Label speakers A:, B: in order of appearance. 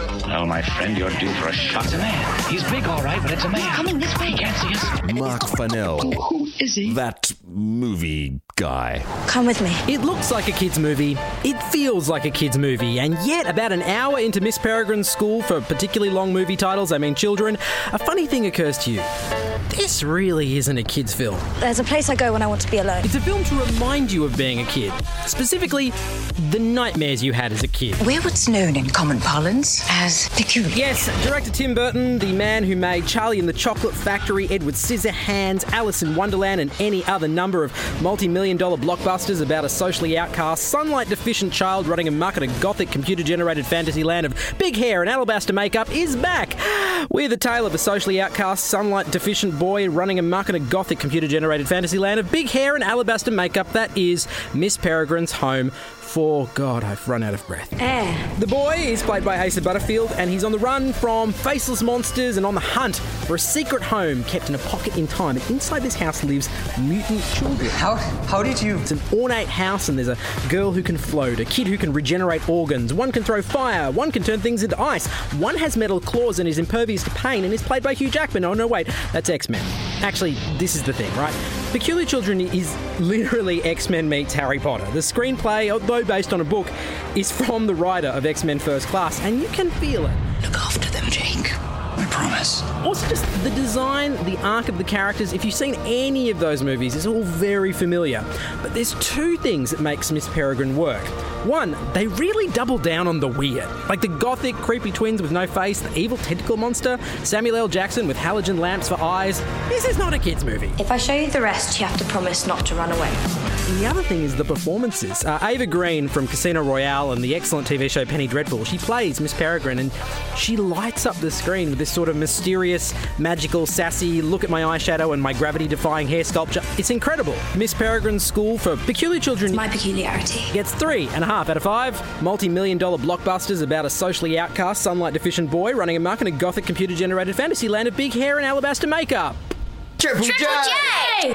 A: Well, my friend, you're due for a shot.
B: It's a man. He's big, all right, but it's a man. He's coming this way. He can't see us.
C: Mark Fennell,
B: Who is he?
C: that movie guy.
D: Come with me.
E: It looks like a kids' movie. It feels like a kids' movie, and yet about an hour into Miss Peregrine's school for particularly long movie titles, I mean children, a funny thing occurs to you. This really isn't a kids' film.
D: There's a place I go when I want to be alone.
E: It's a film to remind you of being a kid, specifically the nightmares you had as a kid.
F: We're what's known in common parlance as peculiar.
E: Yes, director Tim Burton, the man who made Charlie and the Chocolate Factory, Edward Scissorhands, Alice in Wonderland, and any other number of multi million dollar blockbusters about a socially outcast, sunlight deficient child running amok in a gothic computer generated fantasy land of big hair and alabaster makeup, is back! We're the tale of a socially outcast, sunlight deficient boy running amok in a gothic computer generated fantasy land of big hair and alabaster makeup that is Miss Peregrine's home for. God, I've run out of breath.
D: Air.
E: The boy is played by Asa Butterfield, and he's on the run from faceless monsters and on the hunt for a secret home kept in a pocket in time. And inside this house lives mutant children.
G: How how did you?
E: It's an ornate house, and there's a girl who can float, a kid who can regenerate organs, one can throw fire, one can turn things into ice, one has metal claws and is impervious to pain, and is played by Hugh Jackman. Oh no, wait, that's X Men. Actually, this is the thing, right? Peculiar Children is literally X Men meets Harry Potter. The screenplay, although based on a book, is from the writer of X Men First Class, and you can feel it.
F: Look after them, Jake.
B: I promise.
E: Also, just the design, the arc of the characters, if you've seen any of those movies, it's all very familiar. But there's two things that makes Miss Peregrine work. One, they really double down on the weird. Like the gothic, creepy twins with no face, the evil tentacle monster, Samuel L. Jackson with halogen lamps for eyes. This is not a kid's movie.
D: If I show you the rest, you have to promise not to run away.
E: And the other thing is the performances. Uh, Ava Green from Casino Royale and the excellent TV show Penny Dreadful, she plays Miss Peregrine and she lights up the screen with this sort of mysterious, magical, sassy look at my eyeshadow and my gravity defying hair sculpture. It's incredible. Miss Peregrine's School for Peculiar Children
D: My peculiarity.
E: gets three and a half out of five. Multi million dollar blockbusters about a socially outcast, sunlight deficient boy running amok in a gothic computer generated fantasy land of big hair and alabaster makeup.
C: Triple, J!